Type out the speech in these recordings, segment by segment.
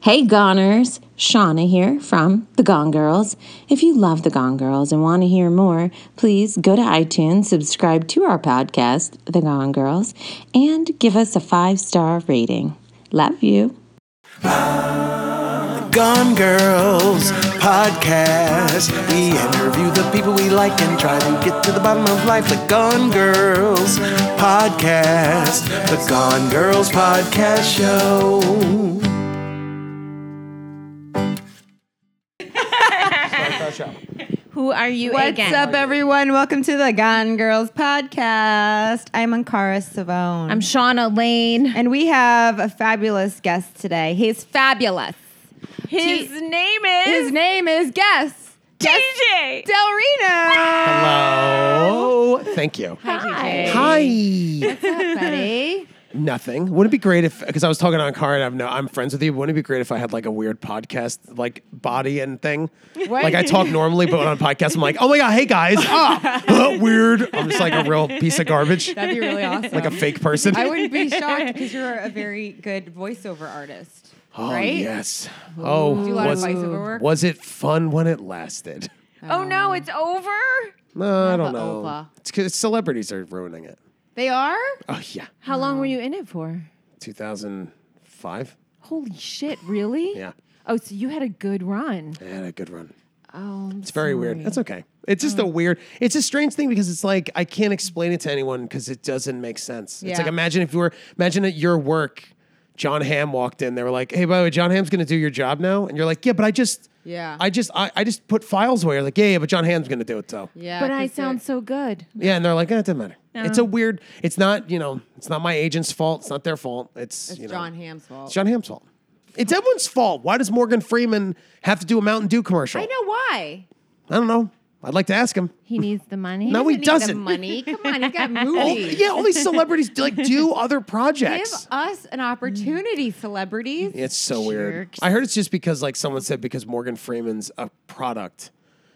Hey Goners, Shauna here from The Gone Girls. If you love The Gone Girls and want to hear more, please go to iTunes, subscribe to our podcast, The Gone Girls, and give us a five star rating. Love you. Gone Girls podcast. We interview the people we like and try to get to the bottom of life. The Gone Girls podcast. The Gone Girls podcast show. Who are you What's again? up, everyone? Welcome to the Gone Girls podcast. I'm Ankara Savone. I'm Shauna Lane. and we have a fabulous guest today. He's fabulous. His T- name is His name is Guest TJ. Del Reno. Hello. Thank you. Hi. Hi. Buddy. Nothing. Wouldn't it be great if because I was talking on car and I've no, I'm friends with you. Wouldn't it be great if I had like a weird podcast like body and thing? Like I talk normally, but on a podcast I'm like, oh my god, hey guys, ah, uh, weird. I'm just like a real piece of garbage, That'd be really awesome. like a fake person. I wouldn't be shocked because you're a very good voiceover artist. oh right? yes. Oh, Do a lot was, of voiceover work. was it fun when it lasted? Um, Oh no, it's over. No, I don't Never know. over. It's 'cause celebrities are ruining it. They are? Oh yeah, How long were you in it for? 2005. Holy shit, really? Yeah. Oh, so you had a good run. I had a good run. Oh, It's very weird. That's okay. It's just Mm. a weird. It's a strange thing because it's like I can't explain it to anyone because it doesn't make sense. It's like Yeah. imagine if you were imagine at your work, John Hamm walked in. They were like, "Hey, by the way, John Hamm's going to do your job now," and you're like, "Yeah, but I just, Yeah. I just, I, I just put files away." You're like, "Yeah, yeah, but John Hamm's going to do it though." Yeah. Yeah. but I sound so good. and they're like, eh, "It doesn't matter." It's a weird. It's not you know. It's not my agent's fault. It's not their fault. It's, you know, John Hamm's fault. It's John Hamm's fault. It's everyone's fault. Why does Morgan Freeman have to do a Mountain Dew commercial? I know why. I don't know. I'd like to ask him. He needs the money. No, he Doesn't need the doesn't. Oh, money. Come on, he got All- movies. yeah, all these celebrities do, like do other Give projects. us an opportunity, celebrities. It's so weird. Jerks. I heard it's just because like someone said because Morgan Freeman's a product.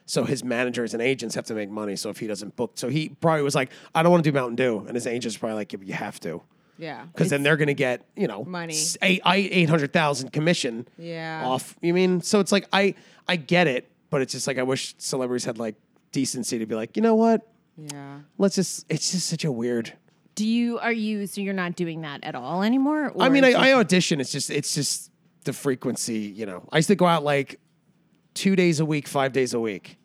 So his managers and agents have to make money. So if he doesn't book, so he probably was like, I don't want to do Mountain Dew, and his agents probably like, yeah, but you have to, Yeah. because then they're gonna get you know Money. s- eight eight hundred thousand commission, Yeah. off. You mean so it's like I I get it, but it's just like I wish celebrities had like decency to be like, you know what, Yeah. let's just it's just such a weird. Do you are you so you're not doing that at all anymore? Or I mean, I, is it- I audition. It's just it's just the frequency. You know, I used to go out like two days a week, five days a week,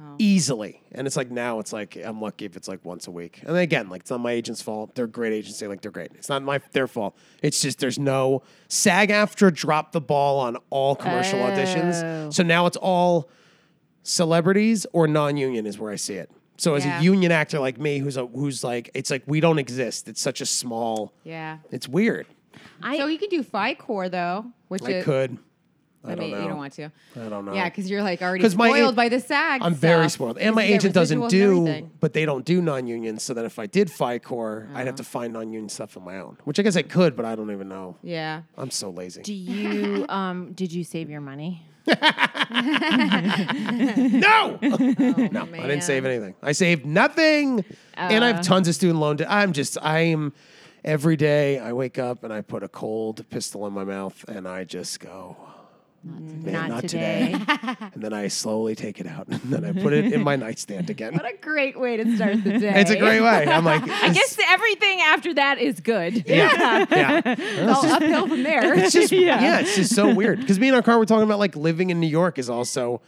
Oh. easily. And it's like now it's like I'm lucky if it's like once a week. And again, like it's not my agent's fault. They're a great agency. Like they're great. It's not my their fault. It's just there's no SAG after drop the ball on all commercial Oh. auditions. So now it's all celebrities or non-union is where I see it. So as Yeah. a union actor like me, who's a who's like it's like we don't exist. It's such a small. Yeah. It's weird. so you can do FICOR though, which I is, could. I, I don't mean, know. you don't want to. I don't know. Yeah, because you're like already 'Cause my spoiled a- by the SAG. I'm very stuff. spoiled, You and my get agent doesn't residuals and do, everything. but they don't do non-union. So then, if I did FICOR, I'd Uh-huh. have to find non-union stuff on my own, which I guess I could, but I don't even know. Yeah. I'm so lazy. do you um did you save your money? no, no, I didn't save anything. I saved nothing, and Uh. I have tons of student loan debt. I'm just, I'm every day I wake up and I put a cold pistol in my mouth, and I just go. "Man, not and then I slowly take it out, and then I put it in my nightstand again. What a great way to start the day. It's a great way. I'm like, I guess everything after that is good. Yeah. yeah. all uphill from there. It's just, yeah. it's just so weird. Because me and our car were talking about like living in New York is also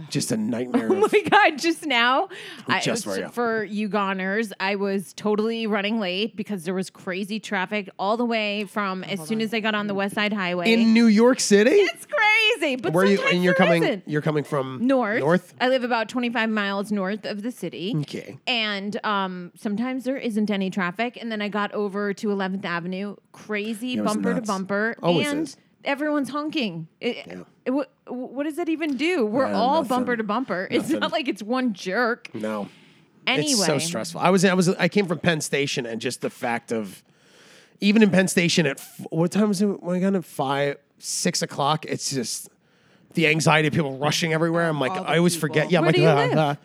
just a nightmare. Oh my god! Just now, I, just were, yeah. for you goners, I was totally running late because there was crazy traffic all the way from as soon as I got Oh, on the West Side Highway. in New York City? it's crazy, but Where are you? sometimes And you're there coming. isn't. You're coming from north. North. I live about 25 miles north of the city. Okay. And um, sometimes there isn't any traffic. And then I got over to 11th Avenue, crazy it was bumper to nuts. bumper. Always and is. everyone's honking. It, Yeah. it- what, what does that even do? We're Uh, all nothing. bumper to bumper. It's Nothing. not like it's one jerk. No. Anyway. It's so stressful. I was. I was. I came from Penn Station, and just the fact of, even in Penn Station at f- what time was it? When I got in at five, six o'clock, it's just the anxiety of people rushing everywhere. I'm like, All the I always people. forget. Yeah, I'm Where like, do you "Ah, live?" ah."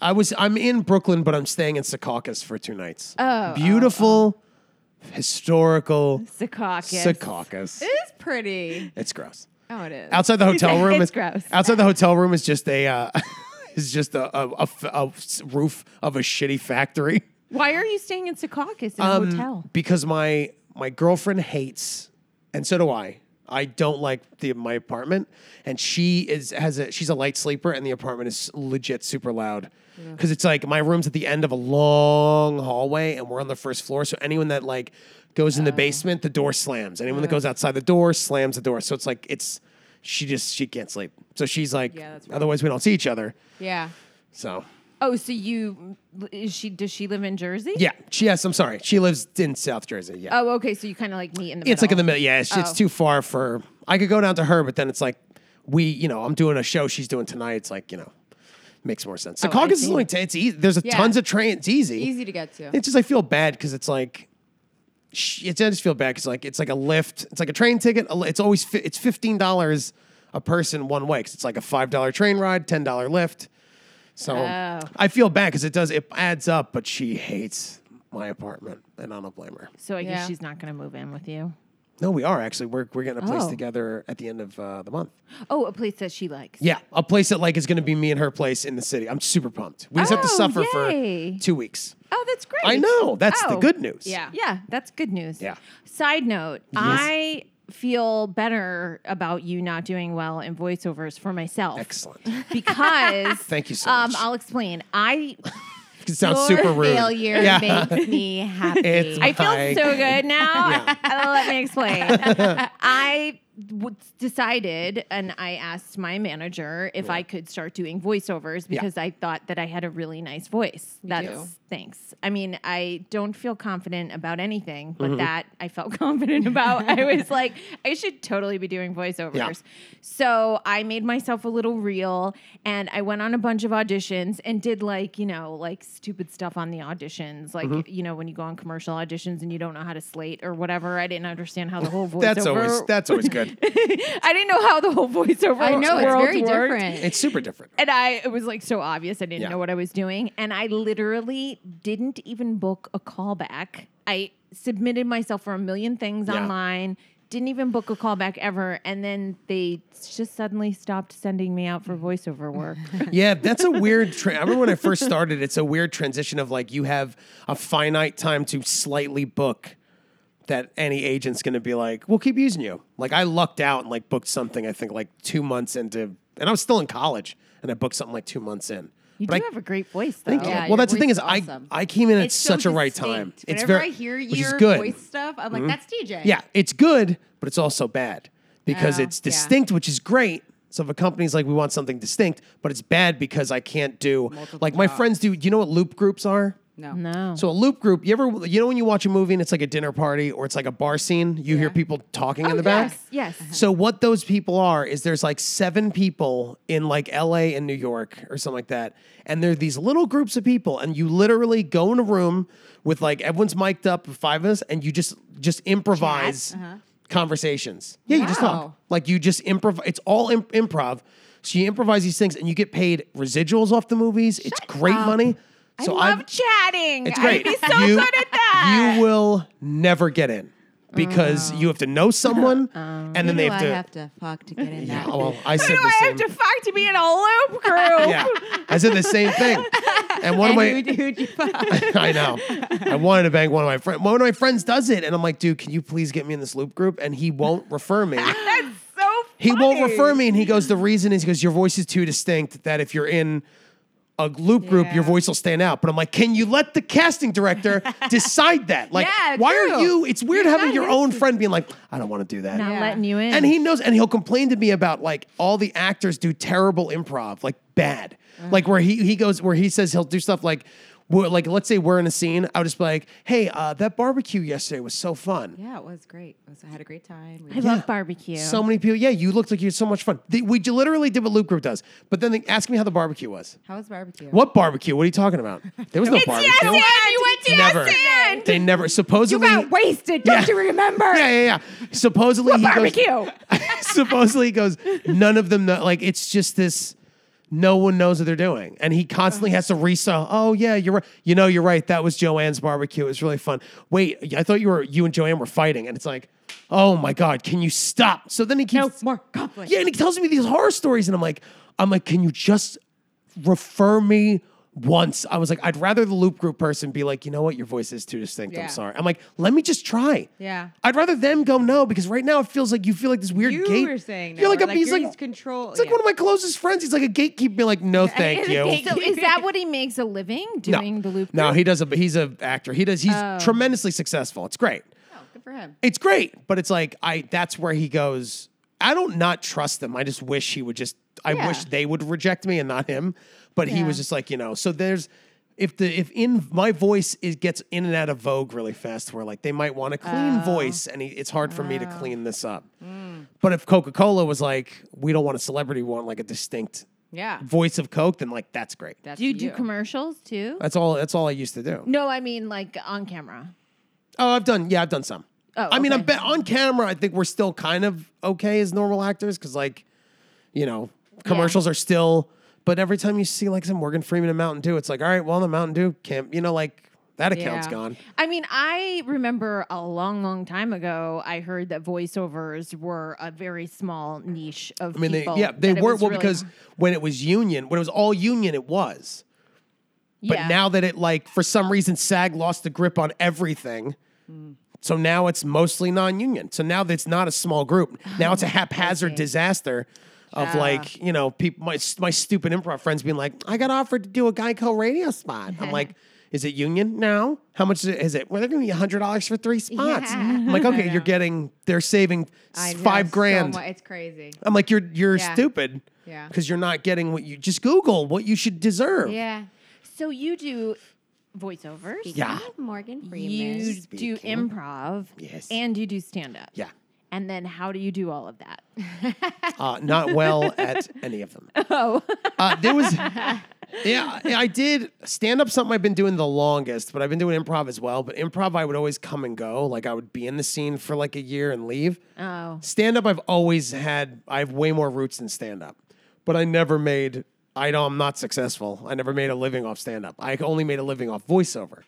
I was. I'm in Brooklyn, but I'm staying in Secaucus for two oh, nights. Oh, beautiful, historical Secaucus. Secaucus. It's pretty. It's gross. Oh, it is. Outside the hotel said room, it's is- gross. Outside the hotel room is just a uh, is just a, a- a f- a s- roof of a shitty factory. Why are you staying in Secaucus in a hotel? Um, because my my girlfriend hates, and so do I. I don't like the my apartment, and she is has a she's a light sleeper, and the apartment is legit super loud. Because it's like my room's at the end of a long hallway, and we're on the first floor. So anyone that like goes Oh. in the basement, the door slams. Anyone that goes outside the door slams the door. So it's like it's she just she can't sleep. So she's like, Yeah, that's rough. otherwise we don't see each other. yeah. So Oh, so you is she does she live in Jersey? yeah, she has. I'm sorry, she lives in South Jersey. Yeah. Oh, okay. So you kind of like meet in the middle. It's like in the middle. Yeah, it's, it's Oh. too far for. I could go down to her, but then it's like we, you know, I'm doing a show she's doing tonight. It's like you know, makes more sense. The I caucus is see. only t- it's easy. There's a Oh, Yeah. tons of train. It's easy. Easy to get to. It's just I feel bad because it's like, sh- it's I just feel bad because like it's like a lift. It's like a train ticket. a li- It's always fi- it's fifteen dollars a person one way. 'cause it's like a five dollar train ride, ten dollar lift. So Oh. I feel bad because it does it adds up. But she hates my apartment, and I don't blame her. So I Yeah. guess she's not going to move in with you. No, we are actually. We're we're getting a place Oh. together at the end of uh, the month. Oh, a place that she likes. Yeah, a place that like is going to be me and her place in the city. I'm super pumped. We just have to Oh, suffer yay. for two weeks. Oh, that's great. I know. That's the Oh. good news. Yeah. Yeah, that's good news. Yeah. Side note, I feel better about you not doing well in voiceovers for myself Excellent. because Thank you so um, much. I'll explain. I It sounds Your super rude. failure Yeah. makes me happy. It's I feel my- so good now. Let me explain. I w- decided and I asked my manager if I could start doing voiceovers because I thought that I had a really nice voice. That's do. thanks. I mean, I don't feel confident about anything, Mm-hmm. but that I felt confident about. I was like, I should totally be doing voiceovers. So I made myself a little reel and I went on a bunch of auditions and did like, you know, like stupid stuff on the auditions. Like, Mm-hmm. you know, when you go on commercial auditions and you don't know how to slate or whatever. I didn't understand how the whole voiceover. That's always that's always good. I didn't know how the whole voiceover I know it's world very worked. different. it's super different. And I, it was like so obvious. I didn't Yeah. know what I was doing. And I literally didn't even book a callback. I submitted myself for a million things Yeah. online, didn't even book a callback ever. And then they just suddenly stopped sending me out for voiceover work. Yeah, that's a weird. Tra- I remember when I first started. It's a weird transition of like you have a finite time to slightly book. That any agent's going to be like, we'll keep using you. Like I lucked out and like booked something. I think like two months into, and I was still in college, and I booked something like two months in. you But do I- have a great voice, though. thank you. Yeah, well, your that's the thing voice is, is awesome. I I came in at It's so such a right distinct. time. Whenever I hear which is your good. voice stuff, I'm Mm-hmm. like, that's DJ. Yeah, it's good, but it's also bad because Oh, it's yeah. distinct, which is great. So if a company's like, we want something distinct, but it's bad because I can't do like my friends do. You know what loop groups are? No. No. So a loop group, you ever you know when you watch a movie and it's like a dinner party or it's like a bar scene, you hear people talking in the back. Oh, yes, Uh-huh. yes. So what those people are is there's like seven people in like LA and New York or something like that. And they're these little groups of people and you literally go in a room with like everyone's mic'd up five of us and you just just improvise Uh-huh. conversations. Yeah, you just Wow. talk. Like you just improv it's all imp- improv. So you improvise these things and you get paid residuals off the movies. it's great money. So I I've- love chatting. it's great. I'd be so good at that. Oh. You will never get in because you have to know someone, and then Who they do have I to. have to fuck to get in yeah, that? well, I Who said do the I same. have to fuck to be in a loop crew? yeah, I said the same thing. And one of my, Who, who'd you fuck? I know, I wanted to bang one of my friends. One of my friends does it, and I'm like, dude, can you please get me in this loop group? And he won't refer me. That's so He won't funny. refer me, and he goes, the reason is because your voice is too distinct that if you're in a loop group, your Yeah. voice will stand out. But I'm like, can you let the casting director decide that? Like, Yeah, why are true. you? It's weird having not your his- own friend being like, I don't want to do that. Not Yeah. letting you in. And he knows, and he'll complain to me about like all the actors do terrible improv, like bad, like where he he goes where he says he'll do stuff like. we're- Like, let's say we're in a scene, I would just be like, "Hey, uh, that barbecue yesterday was so fun. yeah, it was great. It was, I had a great time. We- I love barbecue. So many people. Yeah, you looked like you had so much fun. The- we j- literally did what Loop Group does. But then they ask me how the barbecue was. How was barbecue? What barbecue? What are you talking about? There was no it's barbecue. yes and you went to Never. yes and. They never supposedly. wasted. don't Yeah. you remember? yeah, yeah, yeah. Supposedly he goes. Barbecue. supposedly he goes. None of them. Know, like it's just this. No one knows what they're doing, and he constantly has to resell. Oh yeah, you're right. You know, you're right. That was Joanne's barbecue. It was really fun. Wait, I thought you were you and Joanne were fighting, and it's like, oh my god, can you stop? So then he keeps more conflict. yeah, and he tells me these horror stories, and I'm like, I'm like, can you just refer me once? I was like, I'd rather the loop group person be like, you know what, your voice is too distinct. Yeah. I'm sorry. I'm like, let me just try. Yeah. I'd rather them go no because right now it feels like you feel like this weird You gate. were saying you're no, like or a like he's you're like his control- It's like yeah. one of my closest friends. He's like a gatekeeper. being Like no, thank you. So is that what he makes a living No. doing the loop? No, group? he does. A, he's a actor. He does. He's tremendously successful. It's great. Oh. Good for him. It's great, but it's like I that's where he goes. I don't not trust them. I just wish he would just I Yeah. wish they would reject me and not him. But he was Yeah. just like, you know, so there's if the if in my voice it gets in and out of vogue really fast where like they might want a clean Oh. voice and he, it's hard for me to clean this up. Mm. But if Coca-Cola was like, we don't want a celebrity, we want like a distinct Yeah. voice of Coke, then like that's great. That's Do you do commercials too? That's all that's all I used to do. No, I mean like on camera. Oh, I've done. Yeah, I've done some. Oh, I mean, okay. I'm be- on camera. I think we're still kind of okay as normal actors because, like, you know, commercials are still. But every time you see like some Morgan Freeman and Mountain Dew, it's like, all right, well, the Mountain Dew camp, you know, like that account's Yeah. gone. I mean, I remember a long, long time ago, I heard that voiceovers were a very small niche of I mean, they, people. yeah, they that it were was well really- because when it was union, when it was all union, it was. But yeah. now that it like for some reason SAG lost the grip on everything. So now it's mostly non-union. So now that's not a small group. Now it's a haphazard disaster of like, you know, people my my stupid improv friends being like, "I got offered to do a Geico radio spot." I'm like, "Is it union now? How much is it? Is it? Well, they're going to be $100 for 3 spots." Yeah. I'm like, "Okay, you're getting they're saving s- 5 grand." it's crazy. I'm like, "You're you're Yeah. stupid." Yeah. Cuz you're not getting what you just Google what you should deserve. Yeah. so you do voiceovers. Yeah. Morgan You do Speaking. improv. Yes. And you do stand up. Yeah. And then how do you do all of that? uh, not well at any of them. Oh, uh, there was. Yeah, I did stand up. Something I've been doing the longest, but I've been doing improv as well. But improv, I would always come and go. Like I would be in the scene for like a year and leave. Oh. Stand up, I've always had. I have way more roots in stand up, but I never made. I know I'm not successful. I never made a living off stand up. I only made a living off voiceover.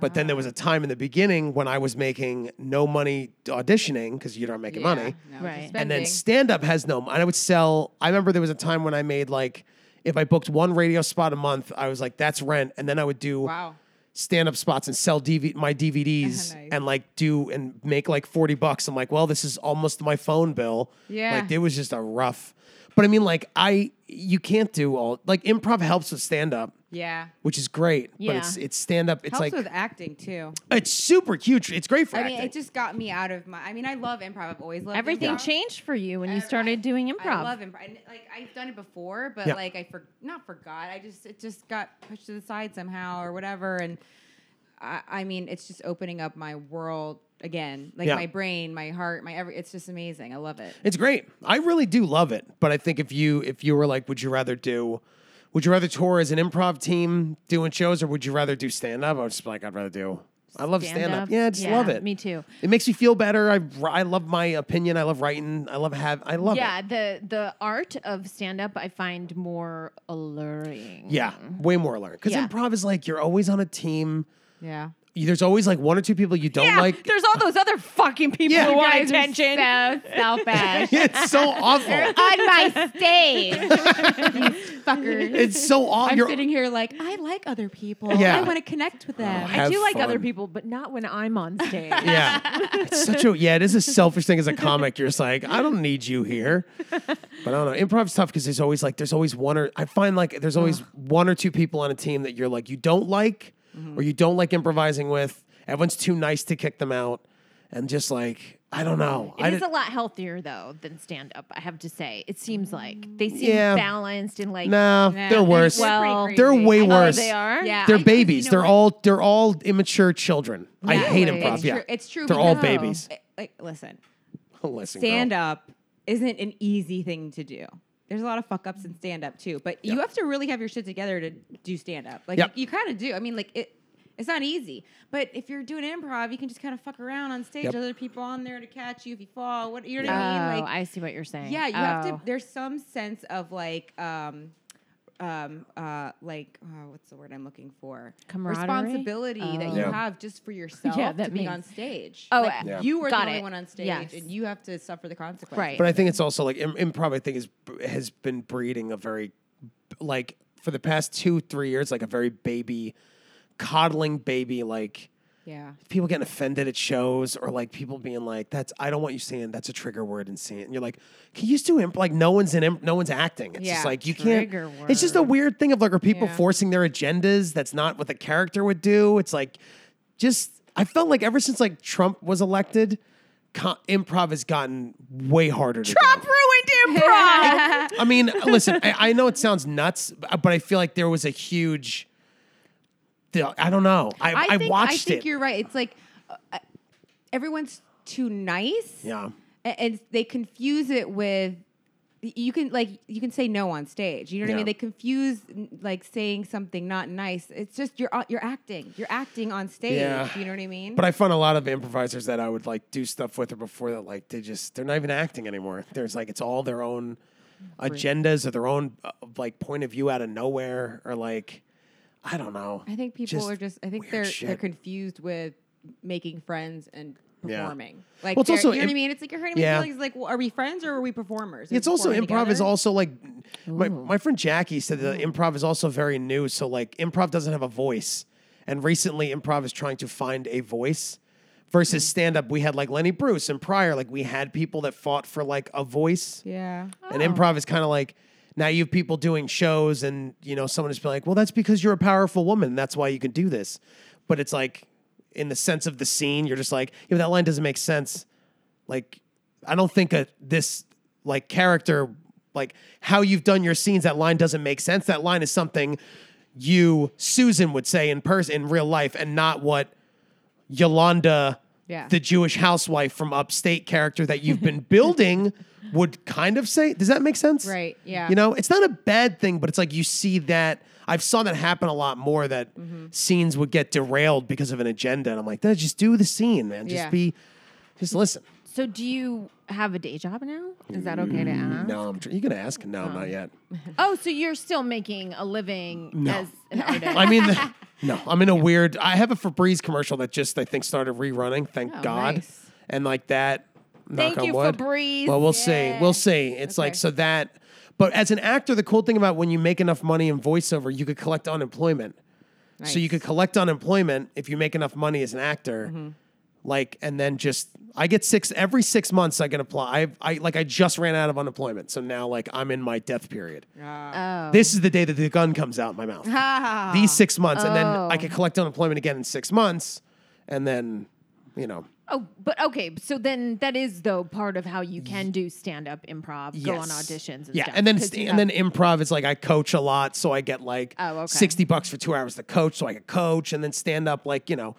But then there was a time in the beginning when I was making no money auditioning because you don't make money Right. And and then then stand up has no and i would sell i remember there was a time when i made like if i booked one radio spot a month i was like that's rent and then i would do wow. stand up spots and sell DV- my dvds Nice. and like do and make like 40 bucks i'm like well this is almost my phone bill Yeah. like it was just a rough but i mean like i you can't do all like improv helps with stand up Yeah. which is great Yeah. but it's it's stand up it's Helps like with acting too. it's super huge it's great for I acting mean, it just got me out of my. I mean, I love improv. I've always loved Everything improv. changed for you when you Every- started doing improv. I love improv. And, like I've done it before, but Yeah. like I for not forgot. I just it just got pushed to the side somehow or whatever. And I, I mean, it's just opening up my world again, like Yeah. my brain, my heart, my every. It's just amazing. I love it. It's great. I really do love it. But I think if you if you were like, would you rather do would you rather tour as an improv team doing shows or would you rather do stand up? I was just be like, I'd rather do I love stand up. Stand-up? Yeah, I just Yeah, love it. me too. It makes me feel better. I I love my opinion. I love writing. I love have I love yeah, it. the the art of stand up I find more alluring. Yeah. Way more learn. Because Yeah. improv is like you're always on a team. Yeah. There's always like one or two people you don't Yeah, like. there's all those other fucking people Yeah. who You want guys are attention. selfish. it's so awful. on my stage, fucker. It's so awful. I'm You're- sitting here like I like other people. Yeah. I want to connect with them. have I do like other fun. people, but not when I'm on stage. Yeah. It's such a yeah, it is a selfish thing as a comic. You're just like, I don't need you here. But I don't know. Improv's tough because there's always like there's always one or I find like there's always one or two people on a team that you're like you don't like Mm-hmm. or you don't like improvising with. Everyone's too nice to kick them out. And just like, I don't know. I It is did- a lot healthier though than stand up, I have to say. It seems like they seem Yeah. balanced and like no, they're worse. well- they're way Oh, worse. they are? Yeah, They're I- babies. you know they're what? all they're all immature children. I hate Really? improv. It's yeah. true. It's true. They're all because- babies. I- Like, listen, Listen, girl. stand up isn't an easy thing to do. There's a lot of fuck ups in stand up too, but you have to really have your shit together to do stand up. Like Yep. you, kind of do. I mean, like it. It's not easy, but if you're doing improv, you can just kind of fuck around on stage. Yep. Other people on there to catch you if you fall. What you know what Oh, I mean? Like I see what you're saying. yeah, you have Oh. to. There's some sense of like um, um, uh, like uh, what's the word I'm looking for? Camaraderie? Responsibility that you Oh. Yeah. have just for yourself Yeah, that to be means- on stage. Oh, Like, Yeah. you are the got only it. one on stage, Yes. and you have to suffer the consequences. Right. But I think it's also like im- improv. I think is has been breeding a very like for the past two three years like a very baby coddling baby like Yeah. people getting offended at shows or like people being like that's I don't want you saying that's a trigger word and saying it. and you're like can you just do imp like no one's in imp- no one's acting it's Yeah, just like you trigger can't it's just a weird thing of like are people Yeah. forcing their agendas that's not what the character would do it's like just I felt like ever since like Trump was elected co- improv has gotten way harder to do. Trump ruined improv. I mean, listen, I, I know it sounds nuts, b- but I feel like there was a huge. the- I don't know. I, I, think, watched I think it. you're right. It's like uh, uh, everyone's too nice. Yeah. A- and they confuse it with y- you can like you can say no on stage. You know what I Yeah. mean? They confuse n- like saying something not nice. It's just you're a- you're acting. You're acting on stage. Yeah. You know what I mean? But I found a lot of improvisers that I would like do stuff with or before that, like they just they're not even acting anymore. There's like it's all their own agendas or their own uh, like point of view out of nowhere or like I don't know. I think people Just are just. I think weird they're they're shit. confused with making friends and Yeah. performing. Like Well, it's they're- also you know im- what I mean? It's like you're hurting my Yeah. feelings. Like, well, are we friends or are we performers? Are we It's also improv performing is together? also like my, my friend Jackie said that improv is also very new. So like improv doesn't have a voice, and recently improv is trying to find a voice. Mm-hmm. Versus stand up, we had like Lenny Bruce and Pryor, like we had people that fought for like a voice. Yeah. And improv is kind of like now you have people doing shows, and you know someone just be like, well, that's because you're a powerful woman. That's why you can do this. But it's like in the sense of the scene, you're just like, if that line doesn't make sense, like I don't think a, this like character like how you've done your scenes that line doesn't make sense that line is something you Susan would say in person in real life and not what Yolanda Yeah. the Jewish housewife from upstate character that you've been building would kind of say does that make sense Right, yeah. you know it's not a bad thing but it's like you see that I've saw that happen a lot more that Mm-hmm. scenes would get derailed because of an agenda and I'm like "Duh, just do the scene man just Yeah. be just listen so, do you have a day job now? Is that okay to ask? no, I'm. Tr- you gonna ask? No, not yet. Oh, so you're still making a living as an artist? I mean, the- no. I'm in a weird. I have a Febreze commercial that just I think started rerunning. Thank God. nice. And like that. knock Oh, Thank on you, wood. Febreze. Well, we'll see. We'll see. It's like so that. But as an actor, the cool thing about when you make enough money in voiceover, you could collect unemployment. So you Nice. could collect unemployment if you make enough money as an actor. Mm-hmm. Like and then just I get six every six months I can apply. I've, I like I just ran out of unemployment, so now like I'm in my death period. This is the day that the gun comes out my mouth. Ah. These six months, and then I Oh. could collect unemployment again in six months, and then you know oh, but okay. So then that is though part of how you can do stand up improv, go on Yes. auditions. And yeah, stuff, and then 'cause st- you and have- then improv is like I coach a lot, so I get like Oh, okay. sixty bucks for two hours to coach, so I could coach, and then stand up like you know.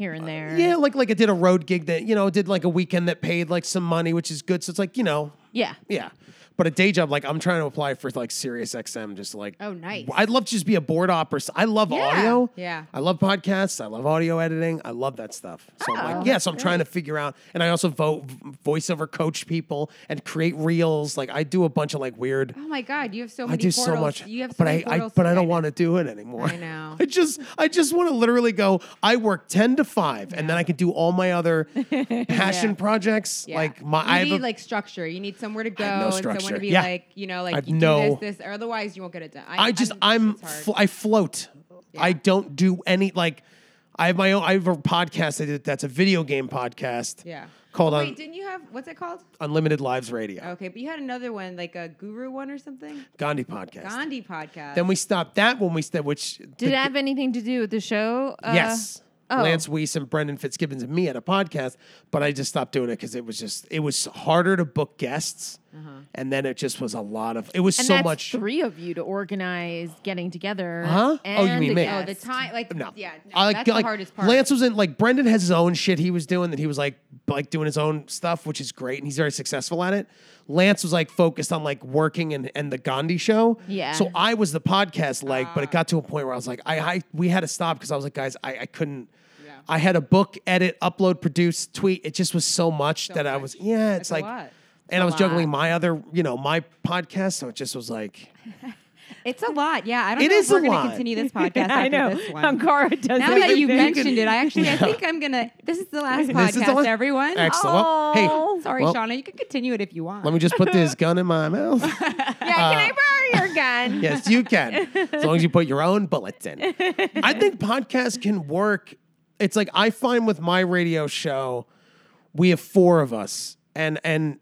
here and there. Yeah, like like I did a road gig that you know did like a weekend that paid like some money, which is good. So it's like you know yeah. yeah, but a day job like I'm trying to apply for like Sirius XM, just like Oh, nice. I'd love to just be a board op or s- I love audio. Yeah. I love podcasts. I love audio editing. I love that stuff. So I'm Oh, like, yeah. So I'm trying to figure out, and I also vote voiceover coach people and create reels. Like I do a bunch of like weird. Oh my God! You have so many. I do portals. so much, You have so but many I, I portals but to I don't write want to do it anymore. I know. I just I just want to literally go. I work ten to five, and then I can do all my other passion projects. Yeah. Like my, you I have need a- like structure. You need somewhere to go have no and someone structure. to be Yeah. like, you know, I like have you no- do this, this, or otherwise you won't get it done. I just I'm it's hard. fl- I float. I don't do any like I have my own I have a podcast I did that's a video game podcast. yeah. Called Wait, Oh. Un- didn't you have what's it called? Unlimited Lives Radio. Okay, but you had another one, like a guru one or something. Gandhi podcast. Gandhi podcast. Then we stopped that when we st- which Did the- it have anything to do with the show? Uh, yes. oh. Lance Weiss and Brendan Fitzgibbons and me had a podcast, but I just stopped doing it because it was just it was harder to book guests, and then it just was a lot of it was And so that's much. three of you to organize getting together. Huh? Oh, you and mean a me. oh the guest. time like No. yeah no, I, like, that's the like, hardest part. Lance was in like Brendan has his own shit he was doing that he was like like doing his own stuff, which is great, and he's very successful at it. Lance was like focused on like working and, and the Gandhi show. Yeah. So I was the podcast leg, but Ah. it got to a point where I was like, I, I we had to stop because I was like, guys, I, I couldn't. Yeah. I had a book, edit, upload, produce, tweet. It just was so much that I much. was yeah. It's That's a like, lot. and I was juggling my other you know my podcast, so it just was like. It's a lot. Yeah, I don't It know is if a we're going lot. to continue this podcast after I know. this one. Ankara does now that you everything. mentioned it, I actually I think I'm gonna. This is the last podcast, This is the one- everyone. Excellent. Well, Oh, hey, sorry, well, Shauna. You can continue it if you want. Let me just put this gun in my mouth. Yeah, can I borrow your gun? yes, you can, as long as you put your own bullets in. I think podcasts can work. It's like I find with my radio show, we have four of us, and and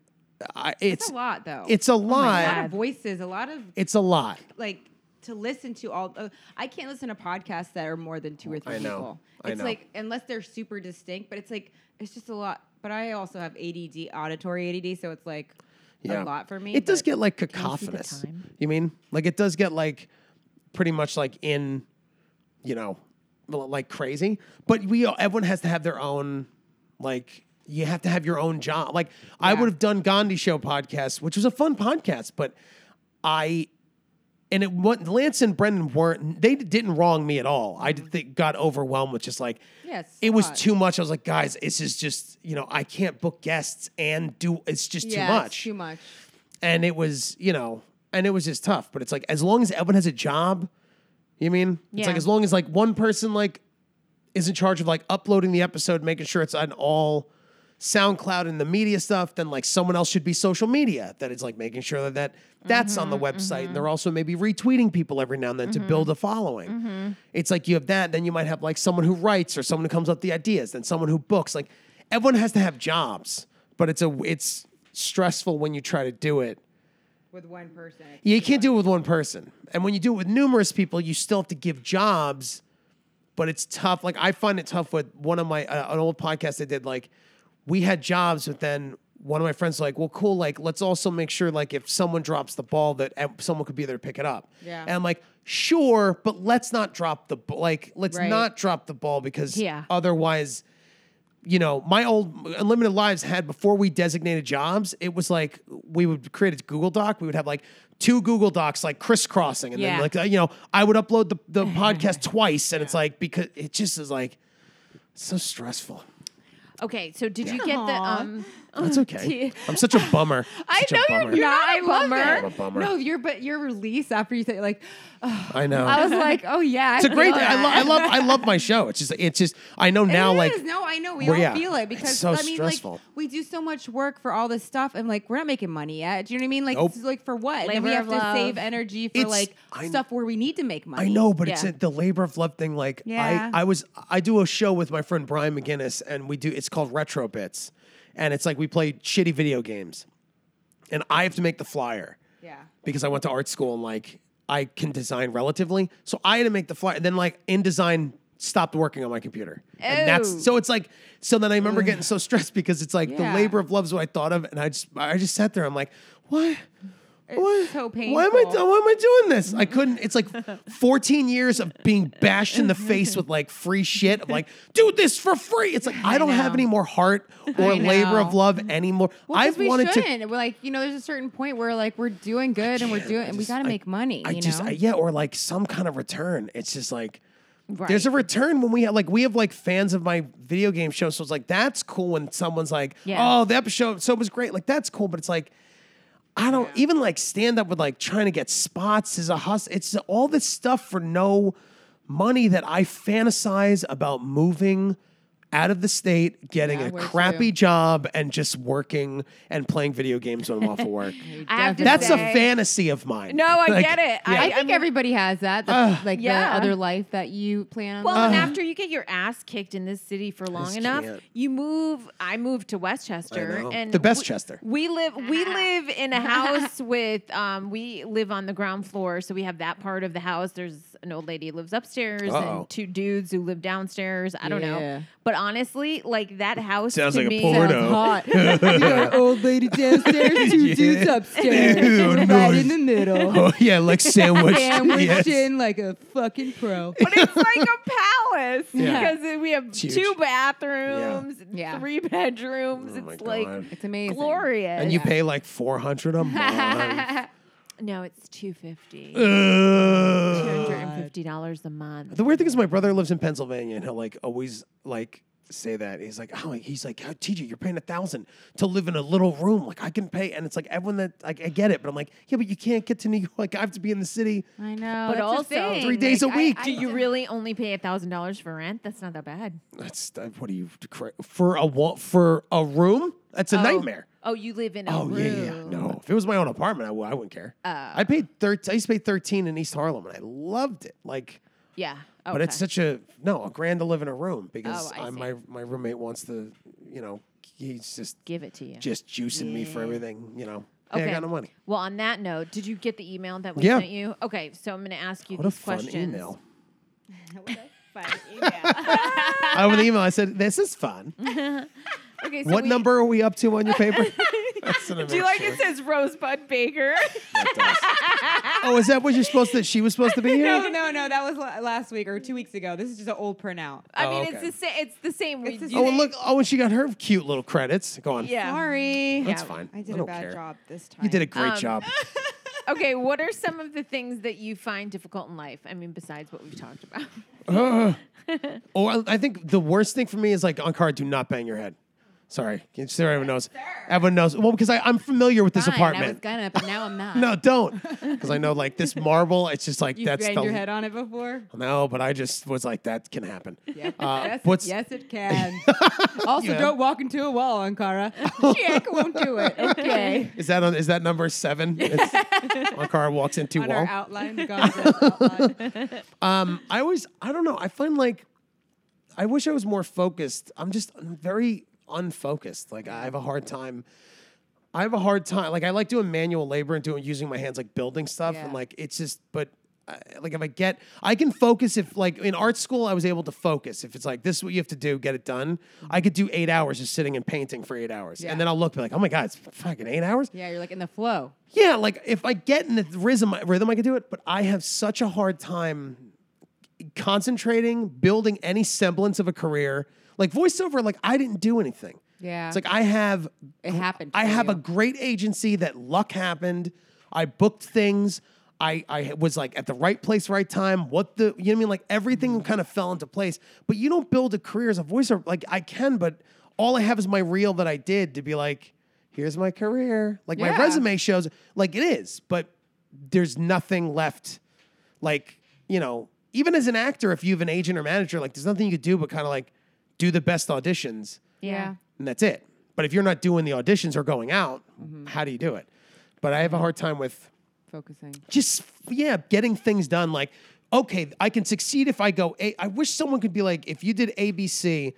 I, it's it's a lot, though. Oh It's a a lot lot. of voices, a lot of It's a lot. like to listen to all. Uh, I can't listen to podcasts that are more than two or three I know. people. I It's know. like unless they're super distinct, but it's like it's just a lot. But I also have ADD, auditory ADD, so it's like a lot for me. It does but- get like cacophonous. time? You mean like it does get like pretty much like in, you know, l- like crazy. But we all- everyone has to have their own like you have to have your own job. Like I Yeah. would have done Gandhi Show podcast, which was a fun podcast, but I. And it wa- Lance and Brendan weren't. They didn't wrong me at all. I d- think got overwhelmed with just like, Yeah, it's it Mm-hmm. a was lot. too much. I was like, guys, this is just you know, I can't book guests and do. It's just yeah, too it's much too much. and it was you know and it was just tough but it's like as long as everyone has a job you mean it's Yeah. like as long as like one person like is in charge of like uploading the episode making sure it's on all soundcloud and the media stuff then like someone else should be social media that is like making sure that, that that's on the website and they're also maybe retweeting people every now and then to build a following it's like you have that then you might have like someone who writes or someone who comes up with the ideas then someone who books like everyone has to have jobs but it's a it's stressful when you try to do it With one person, it's yeah, you can't do it with one person. And when you do it with numerous people, you still have to give jobs, but it's tough. Like I find it tough with one of my uh, an old podcast I did like we had jobs, but then one of my friends was like, "Well, cool, like let's also make sure like if someone drops the ball that uh, someone could be there to pick it up." Yeah. And I'm like, "Sure, but let's not drop the b- like let's Right. not drop the ball because Yeah. otherwise you know, my old Unlimited Lives had before we designated jobs, it was like we would create a Google Doc. We would have like two Google Docs like crisscrossing. And Yeah. then, like, uh, you know, I would upload the, the podcast twice. And it's like, because it just is like so stressful. Okay, so did you get the Aw. um That's okay. I'm such a bummer. I Such a know you're bummer. not. I I love it. I'm a bummer. No, your but your release after you said like, I know. I was like, oh yeah, it's a great. feel I, lo- that. I love. I love my show. It's just. It's just. I know now. It like is. no, I know we Well, all yeah. feel It's it because so I mean, stressful. like we do so much work for all this stuff, and like we're not making money yet. Do you know what I mean? Like, Nope. it's like for what? And then we Labor have of to love. save energy for It's- like I'm- stuff where we need to make money. I know, but it's Yeah. a, the labor of love thing. Like Yeah. I, I was, I do a show with my friend Brian McGinnis, and we do. It's called Retro Bits, and it's like we play shitty video games, and I have to make the flyer Yeah. because I went to art school and like I can design relatively, so I had to make the flyer. And then like InDesign stopped working on my computer, and Oh. that's so it's like so. Then I remember getting so stressed because it's like Yeah. the labor of love is what I thought of, and I just, I just sat there. I'm like, what? What? so Why am I? painful. "Oh, why am I doing this? I couldn't. It's like 14 years of being bashed in the face with like free shit. I'm like, do this for free. It's like I don't have know. any more heart or labor of know. love anymore. Well, 'cause I've we wanted to. shouldn't. We're like, you know, there's a certain point where like we're doing good and we're doing, and we just- got to I- make money. I you just know, I- yeah, or like some kind of return. It's just like there's a return when we have like we have like fans of my video game show. So it's like that's cool when someone's like, Yeah. oh, the episode so was great. Like that's cool, but it's like. I don't even like stand up with like trying to get spots as a hustle. It's all this stuff for no money that I fantasize about moving out of the state, getting Yeah, a where to? crappy job, and just working and playing video games when I'm off of work. I have to That's a say- fantasy of mine. No, I Like, get it. yeah. I, I think everybody has that. The, like yeah. the other life that you plan on. Well, Ah. and after you get your ass kicked in this city for long enough, can't. you move. I moved to Westchester, know. and The best we- Chester. We live. We live in a house with. Um, we live on the ground floor, so we have that part of the house. There's an old lady who lives upstairs, Uh-oh. and two dudes who live downstairs. I don't Yeah. know, but honestly, like that house Sounds to like a me, porno. Sounds hot. you got an old lady downstairs, two dudes upstairs, Ew, right in the middle. Oh yeah, like sandwich. sandwiched Yes. in like a fucking pro. but it's like a palace Yeah. because we have huge. two bathrooms, Yeah. three bedrooms. Oh my it's God. like It's amazing. glorious. And you pay like four hundred a month. no, it's two fifty. Ugh. $250 a month. Oh, the weird thing is, my brother lives in Pennsylvania, and he'll like always like say that. He's like, oh, he's like, oh, TJ, you're paying a thousand to live in a little room. Like I can pay, and it's like everyone that like I get it, but I'm like, yeah, but you can't get to New York. Like I have to be in the city. I know. But also, Three days a week. do you really only pay a thousand dollars for rent? That's not that bad. That's that, what do you cra- for a wa- for a room? That's a nightmare. Oh, you live in a Oh room. Oh. yeah, yeah, yeah. No, if it was my own apartment, I w- I wouldn't care. I paid thirteen. I used to pay thirteen in East Harlem, and I loved it. Like, Yeah. but it's okay. such a no a grand to live in a room because Oh, I I see. my my roommate wants to, you know, he's just give it to you. just juicing me for everything. You know, hey, I got no money. Well, on that note, did you get the email that we Yeah. sent you? Okay, so I'm going to ask you What a these fun questions. email. yeah. Over the email, I said, "This is fun." Okay, so what we- number are we up to on your paper? That's what I Do you like make sure. it says Rosebud Baker? Oh, is that what you're supposed to? She was supposed to be here. no, no, no. That was la- last week or two weeks ago. This is just an old printout. I Oh, mean, okay. it's the same. It's the same. It's the Oh, and look! Oh, and she got her cute little credits. Go on. yeah. Sorry. that's Yeah. fine. I did a don't bad care. job this time. You did a great Um, job. Okay, what are some of the things that you find difficult in life? I mean, besides what we've talked about. Oh, I, I think the worst thing for me is like on car, do not bang your head. Sorry, so everyone knows. Everyone knows. Well, because I, I'm familiar with this apartment. gonna, but now I'm not. no, don't, because I know like this marble. It's just like You've that's banged the your head on it before. no. But I just was like that can happen. Yep. Uh, yes, what's- yes, it can. also, Yeah. don't walk into a wall, Ankara. Chick won't do it. Okay. Is that on, is that number seven? It's- on car walks into On wall. our outline, Gonza's outline. Um, I always, I don't know. I find like, I wish I was more focused. I'm just I'm very unfocused. Like I have a hard time. I have a hard time. Like I like doing manual labor and doing using my hands, like building stuff, and Yeah. like it's just. But I, like if I get, I can focus. If like in art school, I was able to focus. If it's like this is what you have to do, get it done. I could do eight hours just sitting and painting for eight hours, Mm-hmm. Yeah. and then I'll look be like, oh my god, it's fucking eight hours. Yeah, you're like in the flow. Yeah, like if I get in the rhythm, rhythm I can do it. But I have such a hard time concentrating, building any semblance of a career. Like voiceover, like I didn't do anything. Yeah. it's like I have. It happened I for have a you. great agency that luck happened. I booked things. I, I was like at the right place, right time. What the, you know what I mean? Like everything Mm-hmm. kind of fell into place. But you don't build a career as a voiceover. Like I can, but all I have is my reel that I did to be like, here's my career. Like my Yeah. resume shows, like it is, but there's nothing left. Like, you know, even as an actor, if you have an agent or manager, like there's nothing you could do but kind of like do the best auditions Yeah. and that's it. But if you're not doing the auditions or going out, how do you do it? But I have a hard time with Focusing. just yeah, getting things done. Like, okay, I can succeed if I go. A- I wish someone could be like, if you did ABC,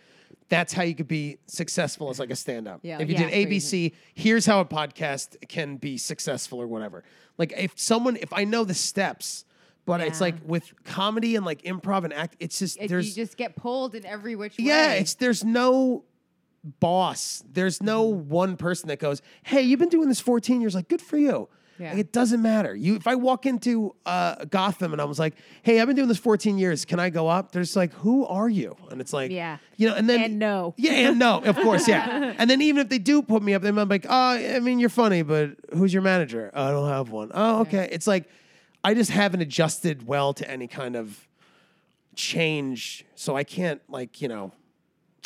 that's how you could be successful as like a stand-up. Yeah, if you yeah, did ABC, here's how a podcast can be successful or whatever. Like, if someone, if I know the steps, but it's Yeah. like with comedy and like improv and act, it's just It, you there's just get pulled in every which way. yeah, it's there's no boss. There's no one person that goes, "Hey, you've been doing this 14 years. Like, good for you." Yeah. Like, it doesn't matter. You, if I walk into uh, Gotham and I was like, "Hey, I've been doing this 14 years. Can I go up?" They're just like, "Who are you?" And it's like, Yeah. you know, and then And no. yeah, and no, of course, yeah. And then even if they do put me up, they might be like, "Oh, I mean, you're funny, but who's your manager? Oh, I don't have one. Oh, okay. It's like I just haven't adjusted well to any kind of change, so I can't like you know,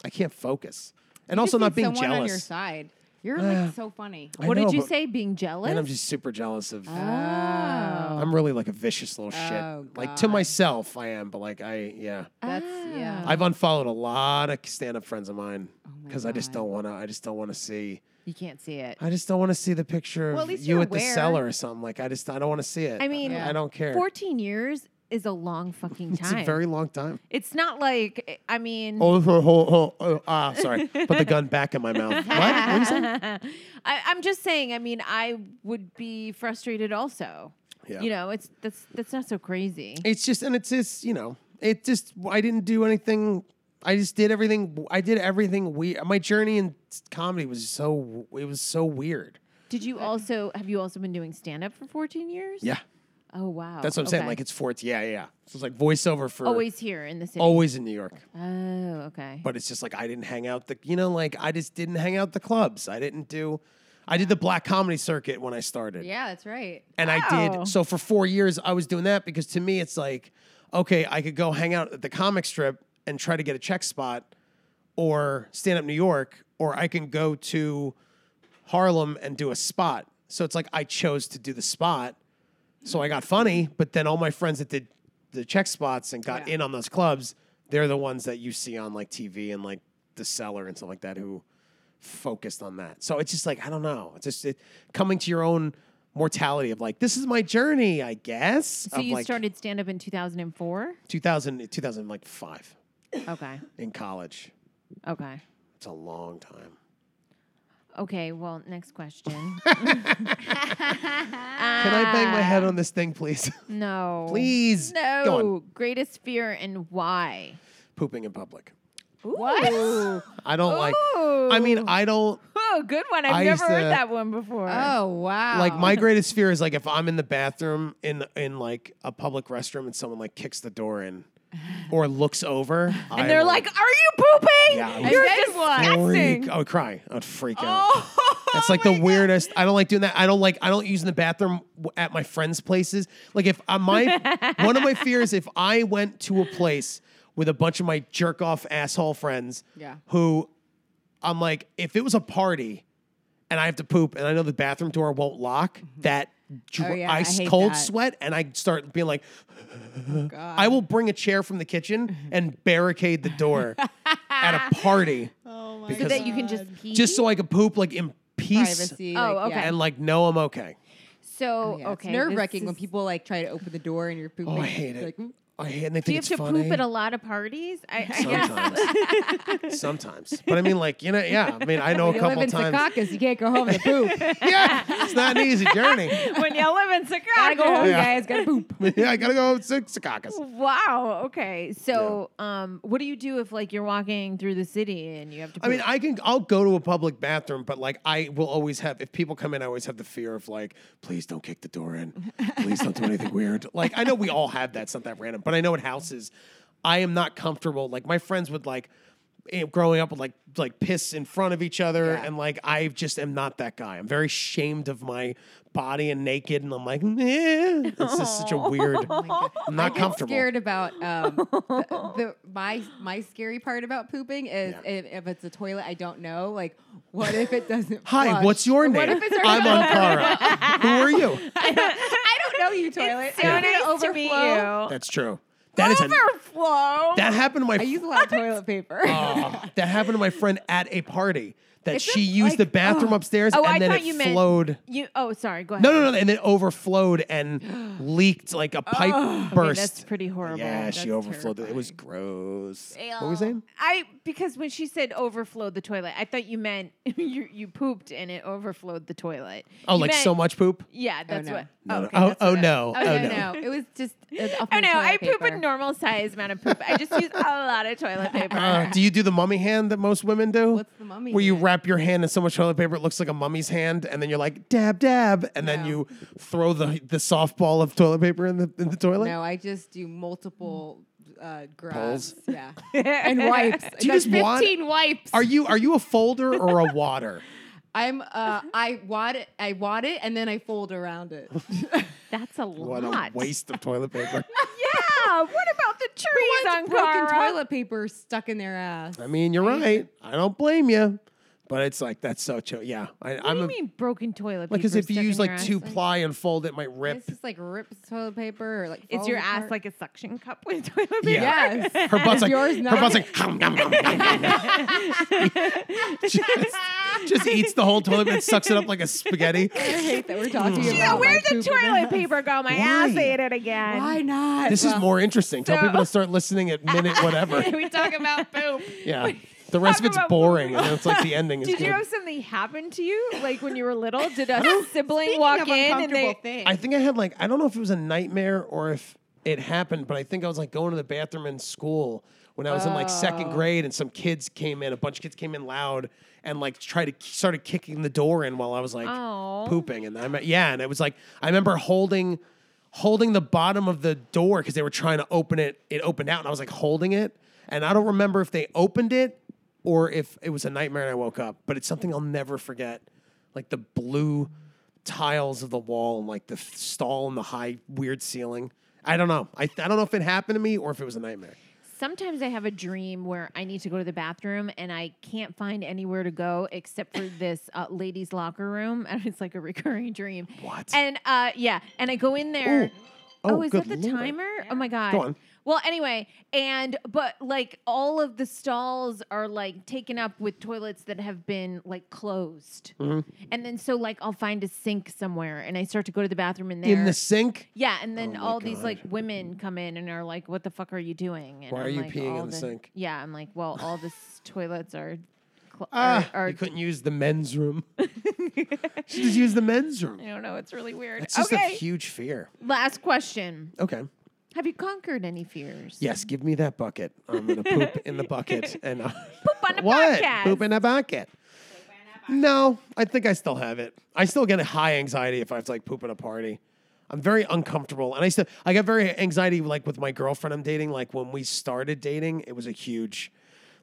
I can't focus, and also Just not need being someone jealous. Uh, on your side. You're like so funny. I What know, did you but- say? Being jealous? And I'm just super jealous of. Oh. I'm really like a vicious little shit. Oh, Like to myself, I am, but like I, yeah. That's yeah. I've unfollowed a lot of stand-up friends of mine because I just Oh God. don't want to. I just don't want to see. you can't see it. I just don't want to see the picture Well, at of least you you're at the aware. cellar or something. Like I just I don't want to see it. I mean, I don't care. 14 years is a long fucking it's time. a very long time. It's not like, eh, I mean, Oh, oh, oh, oh, oh, ah, sorry. Put the gun back in my mouth. What? What'd you say? I, I'm just saying, I mean, I would be frustrated also. Yeah. You know, it's that's that's not so crazy. It's just and it's just you know it just I didn't do anything. I just did everything. I did everything weird. My journey in comedy was so it was so weird. Did you also have you also been doing stand up for 14 years? Yeah, Oh wow. that's what I'm saying. Okay. Like it's fourth. Yeah, yeah, yeah. So it's like voiceover for always here in the city. always in New York. Oh, okay. but it's just like I didn't hang out the you know like I just didn't hang out the clubs. I didn't do I did the black comedy circuit when I started. Yeah, that's right. And I Wow. did so for 4 years I was doing that because to me it's like okay, I could go hang out at the comic strip and try to get a check spot or stand up New York, or I can go to Harlem and do a spot. So it's like I chose to do the spot. So I got funny, but then all my friends that did the check spots and got in on those clubs, they're the ones that you see on like TV and like the cellar and stuff like that who focused on that. So it's just like I don't know. It's just it, coming to your own mortality of like this is my journey, I guess. So of you like started stand up in 2004? 2000 2005 Okay. in college. Okay. It's a long time. Okay, well, next question. Can I bang my head on this thing, please? No. please. Go on. Ah. Oh. No. Greatest fear and why? Pooping in public. What? I don't like. I mean, I don't Oh, good one. I've I used never heard to- that one before. Oh wow! like. My greatest fear is like if I'm in the bathroom in in like a public restroom and someone like kicks the door in, or looks over, and they're like, "Are you pooping? Yeah, I would You're Then what? disgusting." freak. I would cry. I would freak Oh. out. Oh That's like the weirdest. I don't like doing that. I don't like. I don't use in the bathroom w- at my friends' places. Like if I, my one of my fears if I went to a place with a bunch of my jerk off asshole friends, Yeah. who I'm like, if it was a party and I have to poop and I know the bathroom door won't lock, that dr- Mm-hmm. Oh, yeah, I I s- hate cold that. sweat and I start being like, I will bring a chair from the kitchen Mm-hmm. and barricade the door at a party oh my so that you can just pee. just so I could poop like in peace privacy. Oh, like, okay. and like know I'm okay. so Yeah. okay. It's this nerve wracking when is- people like try to open the door and you're pooping. Oh, I hate it. Like, mm. I hate it. And they Do think you have it's to funny. poop at a lot of parties? I, I guess. Sometimes. Sometimes. But I mean, like, you know, yeah. I mean, I know a you live couple in times. Secaucus, you can't go home to poop. Yeah. It's not an easy journey. when you live in Chicago. gotta go home, Yeah. guys. Gotta poop. yeah, I gotta go to Secaucus. Wow. Okay. So, um, what do you do if like you're walking through the city and you have to? I mean, poop? I can. I'll go to a public bathroom, but like, I will always have. If people come in, I always have the fear of like, please don't kick the door in. Please don't do anything weird. Like, I know we all have that. It's not that random, but I know in houses, I am not comfortable. Like, my friends would like, eh, growing up would like like piss in front of each other, and like, I just am not that guy. I'm very shamed of my body and naked, and I'm like, eh. it's just Oh such a weird. I'm not comfortable. Scared about um, the, the my my scary part about pooping is if, if it's a toilet I don't know. Like, what if it doesn't? Hi, flush? what's your name? What if it's I'm Ankara. Who are you? I don't know you, toilet. so I don't nice know to meet overflow. you. That's true. That is a, Overflow. that happened to my I use a lot of toilet paper. Oh, that happened to my friend at a party that It's she just used like- the bathroom upstairs oh, and I then thought it you meant flowed. you. Oh, sorry. Go ahead. no, no, no, and then overflowed and leaked like a pipe Oh, Okay, burst. that's pretty horrible. yeah, that's she overflowed. it. It was gross. What were we saying? I because when she said overflowed the toilet, I thought you meant you you pooped and it overflowed the toilet. Oh, You like meant- so much poop. Yeah, that's no. what. No, no. okay, Oh, that's what oh I- no. Oh, Oh no, no. no. It was just. Oh no, I poop a normal size amount of poop. I just use a lot of toilet paper. Uh, do you do the mummy hand that most women do? What's the mummy Where you hand? wrap your hand in so much toilet paper it looks like a mummy's hand, and then you're like dab dab, and then No. you throw the the softball of toilet paper in the in the toilet. No, I just do multiple uh, grabs. Pulls? Yeah, and wipes. Do you That's just wad- fifteen wipes. Are you are you a folder or a water? I'm. Uh, I wad. it- I wad it, and then I fold around it. That's a What lot. a waste of toilet paper. Yeah. What about the trees on Broken Cara? toilet paper stuck in their ass. I mean, you're right. I don't blame you, but it's like that's so chill. Yeah, I, What I'm do you a, mean broken toilet paper? because if you stuck use in your like ass? two ply and fold, it might rip. It's just like rips toilet paper or like. is falls your ass apart. like a suction cup with toilet paper? Yeah. Yes. Her butt's like yours her not? butt's like "Hum, nom, nom, nom, nom, nom." just, just eats the whole toilet and sucks it up like a spaghetti. I hate that we're talking about. Yeah, where'd like, the poop and toilet paper go? My ass Why? ate it again. Why not? This is Well, more interesting. Tell So- people to start listening at minute whatever. we talk about poop. Yeah, the rest of Talk it's about- boring, and then it's like the ending is Did you good. have something happen to you, like when you were little? Did a sibling walk of in and they? uncomfortable things. I think I had like I don't know if it was a nightmare or if it happened, but I think I was like going to the bathroom in school when I was in like second grade, and some kids came in, a bunch of kids came in loud and like tried to started kicking the door in while I was like Aw. pooping, and I'm yeah, and it was like I remember holding holding the bottom of the door because they were trying to open it. It opened out, and I was like holding it, and I don't remember if they opened it or if it was a nightmare and I woke up, but it's something I'll never forget. Like the blue tiles of the wall and like the f- stall and the high weird ceiling. I don't know. I, I don't know if it happened to me or if it was a nightmare. sometimes I have a dream where I need to go to the bathroom and I can't find anywhere to go except for this uh, ladies' locker room, and it's like a recurring dream. What? And uh, yeah, and I go in there. Oh, Oh, is that the good lord. timer? Oh my god. Go on. Well, anyway, and but like all of the stalls are like taken up with toilets that have been like closed. Mm-hmm. And then so like I'll find a sink somewhere and I start to go to the bathroom in there. in the sink. Yeah, and then Oh my all these God. like women come in and are like, "What the fuck are you doing?" And Why are I'm you like, peeing in "All the sink?" Yeah, I'm like, "Well, all the s- toilets are, cl- Ah, are, are you couldn't use the men's room. she just used the men's room. I don't know, it's really weird." It's just a okay, huge fear. last question: Okay. Have you conquered any fears? Yes, give me that bucket. I'm gonna poop in the bucket and uh, poop on a what? podcast. Poop in a bucket. No, I think I still have it. I still get a high anxiety if I have to like poop at a party. I'm very uncomfortable, and I still I get very anxiety like with my girlfriend I'm dating. Like when we started dating, it was a huge,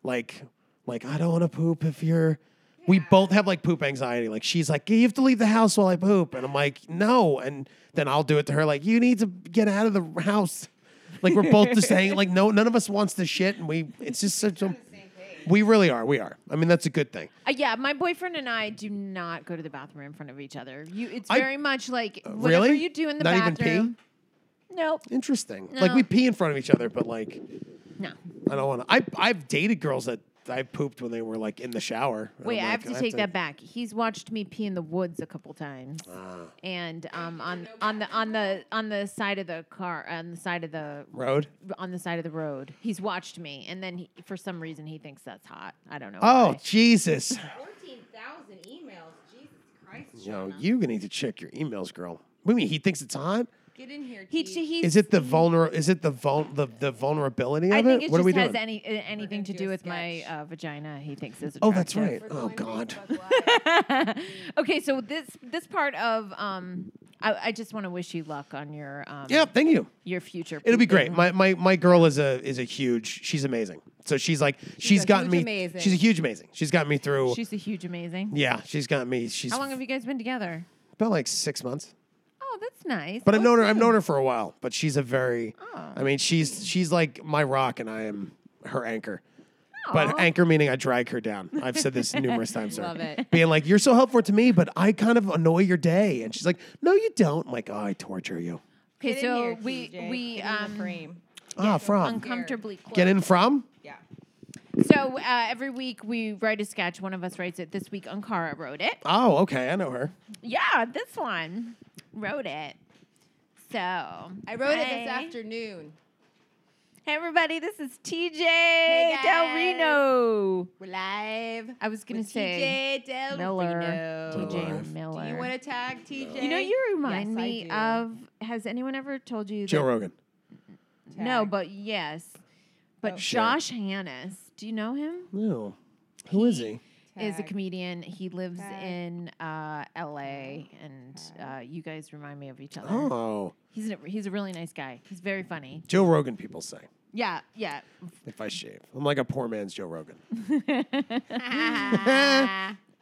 like, like I don't want to poop if you're. We both have like poop anxiety. Like she's like, you have to leave the house while I poop, and I'm like, no. And then I'll do it to her. Like you need to get out of the house. Like we're both just saying like no, none of us wants to shit, and we it's just such a. We really are. We are. I mean, that's a good thing. Uh, yeah, my boyfriend and I do not go to the bathroom in front of each other. You, it's I- Uh, very much like whatever really? you do in the Not even pee? bathroom. Nope, Interesting. Like we No. pee in front of each other, but like no. I don't want to. I I've dated girls that I pooped when they were like in the shower. and Wait, I'm I have like, to take that back. He's watched me pee in the woods a couple times, Ah. and um, on on the on the on the side of the car, on the side of the Road. on the side of the road. He's watched me, and then he, for some reason he thinks that's hot. I don't know. Oh why. Jesus! 14,000 emails. Jesus Christ. Yo, Shauna. you need to check your emails, girl. What do you mean? He thinks it's hot. Get in here. he Keith. he's, Is it the vulner? Is it the vul- the, the vulnerability of I think it what are just we has doing? any uh, anything to do do a with my sketch. uh, vagina. He thinks is. oh, that's right. attractive. Oh God. okay, so this this part of um, I, I just want to wish you luck on your um, Yeah, thank you. your future. It'll be pooping. great. My, my my girl is a is a huge. She's amazing. So she's like she's a gotten huge me. amazing. She's a huge amazing. She's gotten me through. She's a huge amazing. yeah, she's gotten me. She's How long have you guys been together? about like six months. Oh, that's nice. But I've Oh, known her. I've soon. known her for a while. But she's a very. Ah. I mean, she's she's like my rock, and I am her anchor. But anchor meaning I drag her down. I've said this numerous times. Sir. Love it. Being like, you're so helpful to me, but I kind of annoy your day. And she's like, no, you don't. I'm like, oh, I torture you. Okay, Get in so here, we TJ. we Get in the um frame. ah, from uncomfortably close. get in from. Yeah. So uh, every week we write a sketch. One of us writes it. This week Ankara wrote it. Oh, okay, I know her. Yeah, this one wrote it. So I wrote it this Hi. afternoon. Hey everybody, this is TJ Del guys. Reno. We're live. I was gonna with say TJ Del Miller. Reno. TJ Alive. Miller. Do you want to tag TJ? You know, you remind Yes, I me do. of. Has anyone ever told you? Joe that, Rogan. No, Tag. but yes. Oh. But Sure. Josh Hannes, do you know him? No, who is he? Is a Tag. comedian. He lives Tag. in uh, L.A. and uh, you guys remind me of each other. Oh, He's a, he's a really nice guy. He's very funny. Joe Rogan. People say Yeah, yeah. if I shave, I'm like a poor man's Joe Rogan.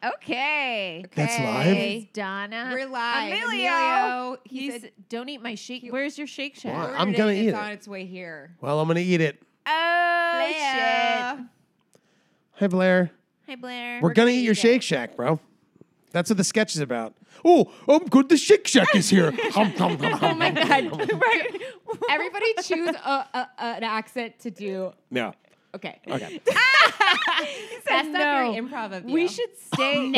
Okay. That's live? It's Donna. We're live. Emilio. Emilio, he He's said- don't eat my shake. Where's your Shake Shack? Why? Ordered I'm gonna it. eat It's it. on its way here. Well, I'm gonna eat it. Oh shit. Leia. Hi, Blair. Hi Blair. We're gonna eat your Shake Shack, bro. That's what the sketch is about. Oh, oh, good. The Shake Shack is here. Hum, hum, hum, hum, hum. right. Everybody choose a, a, a- an accent to do. Yeah. Okay. Okay. That's not very no. improv of you. We should stay.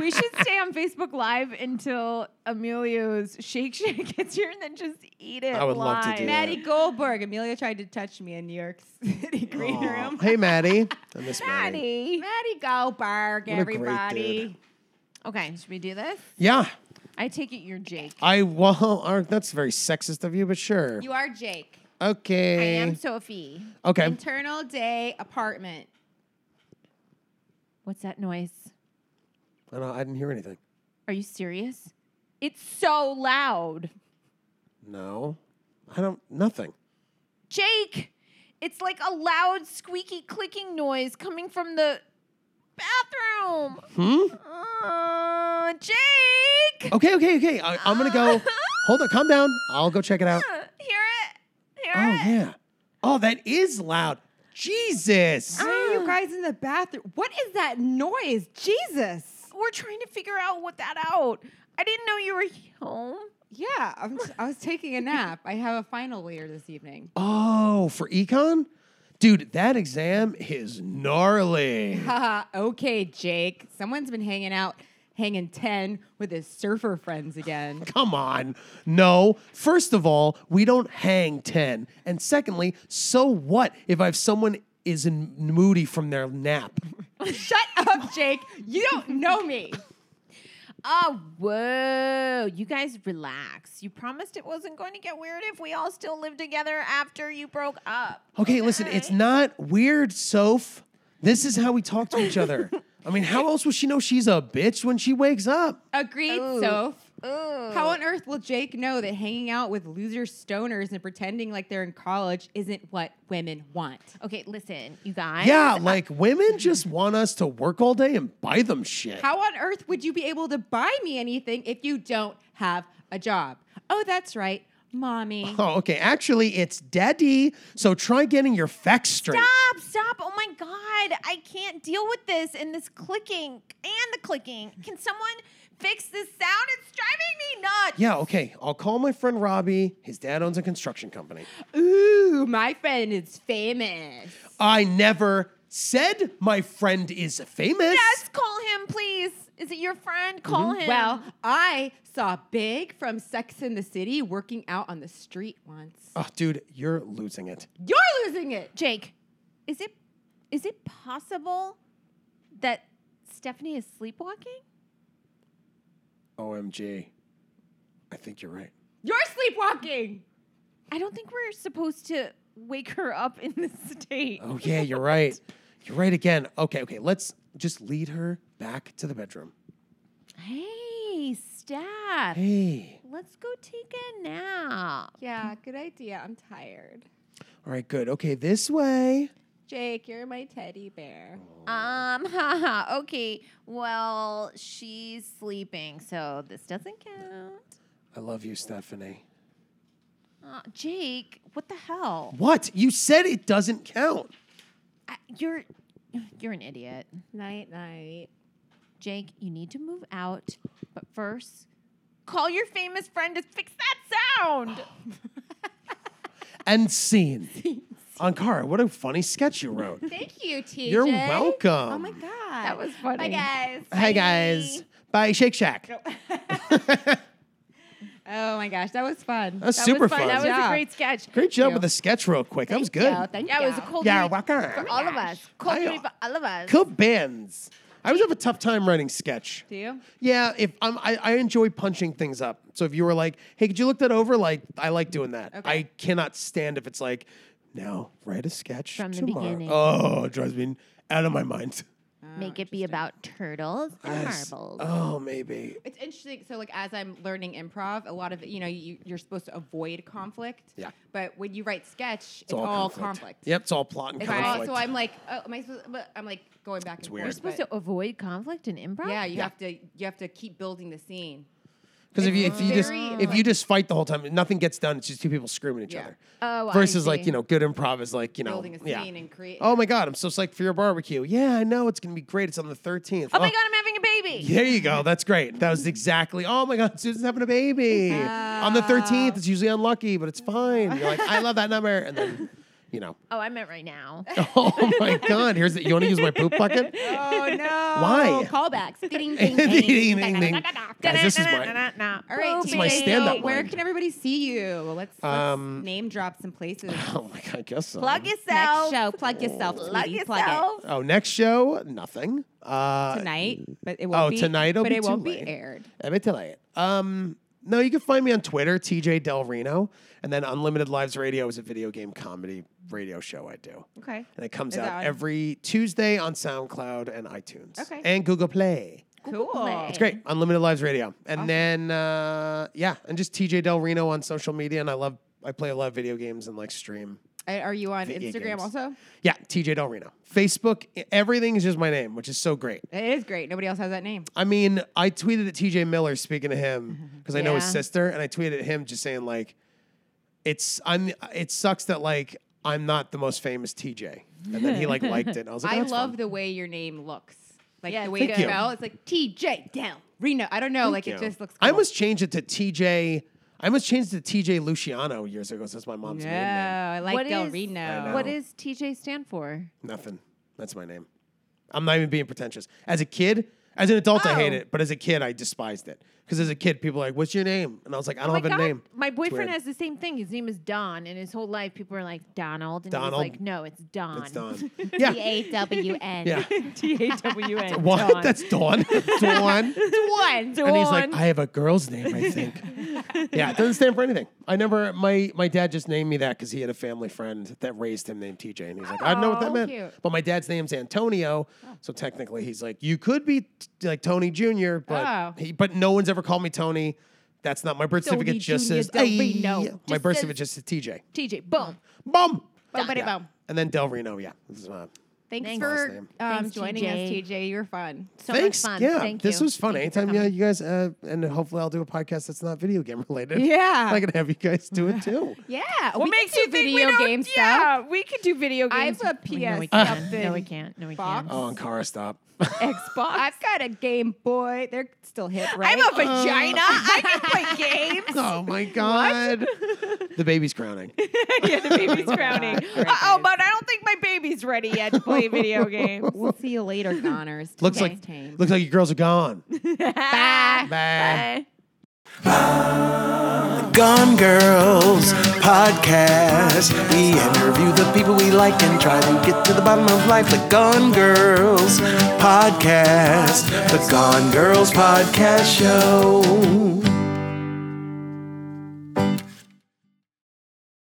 we should stay on Facebook Live until Emilio's Shake Shack gets here, and then just eat it. I would love to live. do that. Maddie Goldberg. Amelia tried to touch me in New York City green Aw. room. Hey, Maddie. I miss Maddie. Maddie. Maddie Goldberg, What a great dude. everybody. Okay, should we do this? Yeah. I take it you're Jake. I well, uh, that's very sexist of you, but sure. You are Jake. I okay. am Sophie. Okay. Internal day apartment. What's that noise? I, don't, I didn't hear anything. Are you serious? It's so loud. No. I don't. Nothing. Jake, it's like a loud, squeaky, clicking noise coming from the bathroom. Hmm. Uh, Jake! Okay. Okay. Okay. I, I'm gonna go. Hold on. Calm down. I'll go check it out. Hear it? Hear Oh it? yeah. Oh, that is loud. Jesus. Why are you guys in the bathroom? What is that noise? Jesus. We're trying to figure out what that out. I didn't know you were home. Yeah, I'm, I was taking a nap. I have a final later this evening. Oh, for econ? Dude, that exam is gnarly. Haha, Uh, okay, Jake. Someone's been hanging out, hanging 10 with his surfer friends again. Come on. No. First of all, we don't hang 10. And secondly, so what if I have someone is in moody from their nap? Shut up, Jake. You don't know me. Oh, whoa. You guys relax. You promised it wasn't going to get weird if we all still lived together after you broke up. Okay, listen, it's not weird, Soph. This is how we talk to each other. I mean, how else will she know she's a bitch when she wakes up? Agreed, Soph. Ooh. How on earth will Jake know that hanging out with loser stoners and pretending like they're in college isn't what women want? Okay, listen, you guys. Yeah, like women just want us to work all day and buy them shit. How on earth would you be able to buy me anything if you don't have a job? Oh, that's right, mommy. Oh, okay. Actually, it's daddy. So try getting your facts straight. Stop, stop. Oh my God. I can't deal with this and this clicking and the clicking. Can someone fix this sound? It's driving me nuts. Yeah, okay. I'll call my friend Robbie. His dad owns a construction company. Ooh, my friend is famous. I never said my friend is famous. Yes, call him, please. Is it your friend? Mm-hmm. Call him. Well, I saw Big from Sex in the City working out on the street once. Oh, dude, you're losing it. You're losing it. Jake, is it is it possible that Stephanie is sleepwalking? OMG. I think you're right. You're sleepwalking. I don't think we're supposed to wake her up in this state. Oh, yeah, you're right. You're right again. Okay, okay. Let's just lead her back to the bedroom. Hey, Steph. Hey. Let's go take a nap. Yeah, good idea. I'm tired. All right, good. Okay, this way. Jake, you're my teddy bear. Um, haha. Okay. Well, she's sleeping, so this doesn't count. I love you, Stephanie. Uh, Jake, what the hell? What? You said it doesn't count. I, you're you're an idiot. Night, night. Jake, you need to move out, but first, call your famous friend to fix that sound. And scene. Ankara, what a funny sketch you wrote. Thank you, TJ. You're welcome. Oh my God. that was funny. Bye, guys. Hey guys. Bye, Shake Shack. Oh my gosh, that was fun. That's that super was fun. fun. That was job. a great sketch. Great job with the sketch, real quick. that was good. Yeah, thank Yeah, it was a you. cold Yeah, read welcome. for all of us. Cold I- read for all of us. Cool bands. I always have a tough time writing sketch. Do you? Yeah, if I'm, I, I enjoy punching things up. So if you were like, "Hey, could you look that over?" Like, I like doing that. I cannot stand if it's like, "Now write a sketch From the tomorrow." beginning. Oh, it drives me out of my mind. Make it be about turtles and marbles. Oh, maybe. It's interesting. So, like, as I'm learning improv, a lot of it, you know, you, you're supposed to avoid conflict. Yeah. But when you write sketch, it's, It's all, conflict. Yep, it's all plot and It's all- conflict. so I'm like, oh, am I supposed? But I'm like going back and weird. forth. supposed but- to avoid conflict in improv? yeah, you have to. You have to keep building the scene. Because if you if you just very, if you just fight the whole time, nothing gets done. It's just two people screaming at each Yeah. other. Oh, I Versus like see. you know, good improv is like you know, Building a Oh, yeah. scene and creating- Oh my god, I'm so psyched for your barbecue. Yeah, I know it's gonna be great. It's on the 13th. Oh my god, I'm having a baby. There you go. That's great. That was exactly. Oh my God, Susan's having a baby on the thirteenth. It's usually unlucky, but it's fine. You're like, I love that number, and then, you know. Oh, I meant right now. Oh my God. Here's the. You want to use my poop bucket? Oh no! Why? Callbacks. Ding, ding, Ding, ding. ding, ding, ding. Guys, this is my. All right, This is my TJ, so stand-up Where line. can everybody see you? Well, let's, let's Um, name drop some places. Oh my God. I guess so. Plug Next yourself. show, plug yourself. Plug sweetie, Plug yourself. Oh, next show, nothing. Uh, it tonight, but it won't oh, be. tonight it'll but be it too won't late. be aired. Let me tell you. Um, no, you can find me on Twitter, TJ Del Reno, and then Unlimited Lives Radio is a video game comedy radio show I do. Okay. And it comes Is that out on- every Tuesday on SoundCloud and iTunes. Okay. And Google Play. Cool. It's great. Unlimited Lives Radio. And then uh, yeah, and just TJ Del Reno on social media. And I love I play a lot of video games and like stream. I- Are you on Video Instagram games. also? Yeah, TJ Del Reno. Facebook, i- everything is just my name, which is so great. It is great. Nobody else has that name. I mean, I tweeted at TJ Miller speaking to him because I know his Yeah. sister, and I tweeted at him just saying like, "It's I'm it sucks that like I'm not the most famous TJ. And then he like liked it. I was like, oh, I that's love fun. the way your name looks. Like Yeah, the way thank it's you. spelled. It's like TJ Del Reno. I don't know. like it Yeah. just looks. Cool. I almost changed it to TJ. I almost changed it to TJ Luciano years ago since my mom's maiden name. Yeah, I like What Del is- Reno. I What know. does TJ stand for? Nothing. That's my name. I'm not even being pretentious. As a kid, as an adult, I hate Oh. it, but as a kid, I despised it because as a kid, people were like, "What's your name?" And I was Oh like, "I don't Oh my have a name." My It's boyfriend weird. has the same thing. His name is Don, and his whole life people are like Donald, and Donald. he's like, no, it's Don. It's Dawn. yeah, A W N. yeah. T A W N. What? Don. That's Dawn. Dawn. one. And he's like, I have a girl's name, I think. yeah, it doesn't stand for anything. I never, my my dad just named me that because he had a family friend that raised him named TJ. And he's like, I don't know what that Oh, meant. cute. But my dad's name's Antonio. So technically, he's like, you could be t- like Tony Jr., but, Oh. he, but no one's ever called me Tony. That's not my birth certificate. just Jr. says, Del Reno. "Ay." my Just birth says- certificate just says TJ. TJ. Boom. Bum. Somebody Yeah. bum. And then Del Reno, yeah. This is my- Thanks, Thanks. Last for name. um, Thanks, joining TJ. us, TJ. You're fun. So Thanks. much fun. Yeah, Thank this you. was fun. Anytime, yeah, you guys, uh, and hopefully, I'll do a podcast that's not video game related. Yeah. I can have you guys do it too. Yeah. What we can makes you do think we video don't- game stuff? Yeah, we could do video I games. have a No, we PS can't. No, we something can't. No, we box. can't. Oh, and Kara, stop. Xbox. I've got a Game Boy. They're still hip, right? I'm a vagina. I can play games. oh my God. the baby's crowning. yeah, the baby's crowning. Great Oh, news. but I don't think my baby's ready yet to play video games. We'll see you later, Connors. Looks like looks like your girls are gone. Bye. Bye. Gone Girls podcast. We interview the people we like and try to get to the bottom of life. The Gone Girls podcast. The Gone Girls podcast show.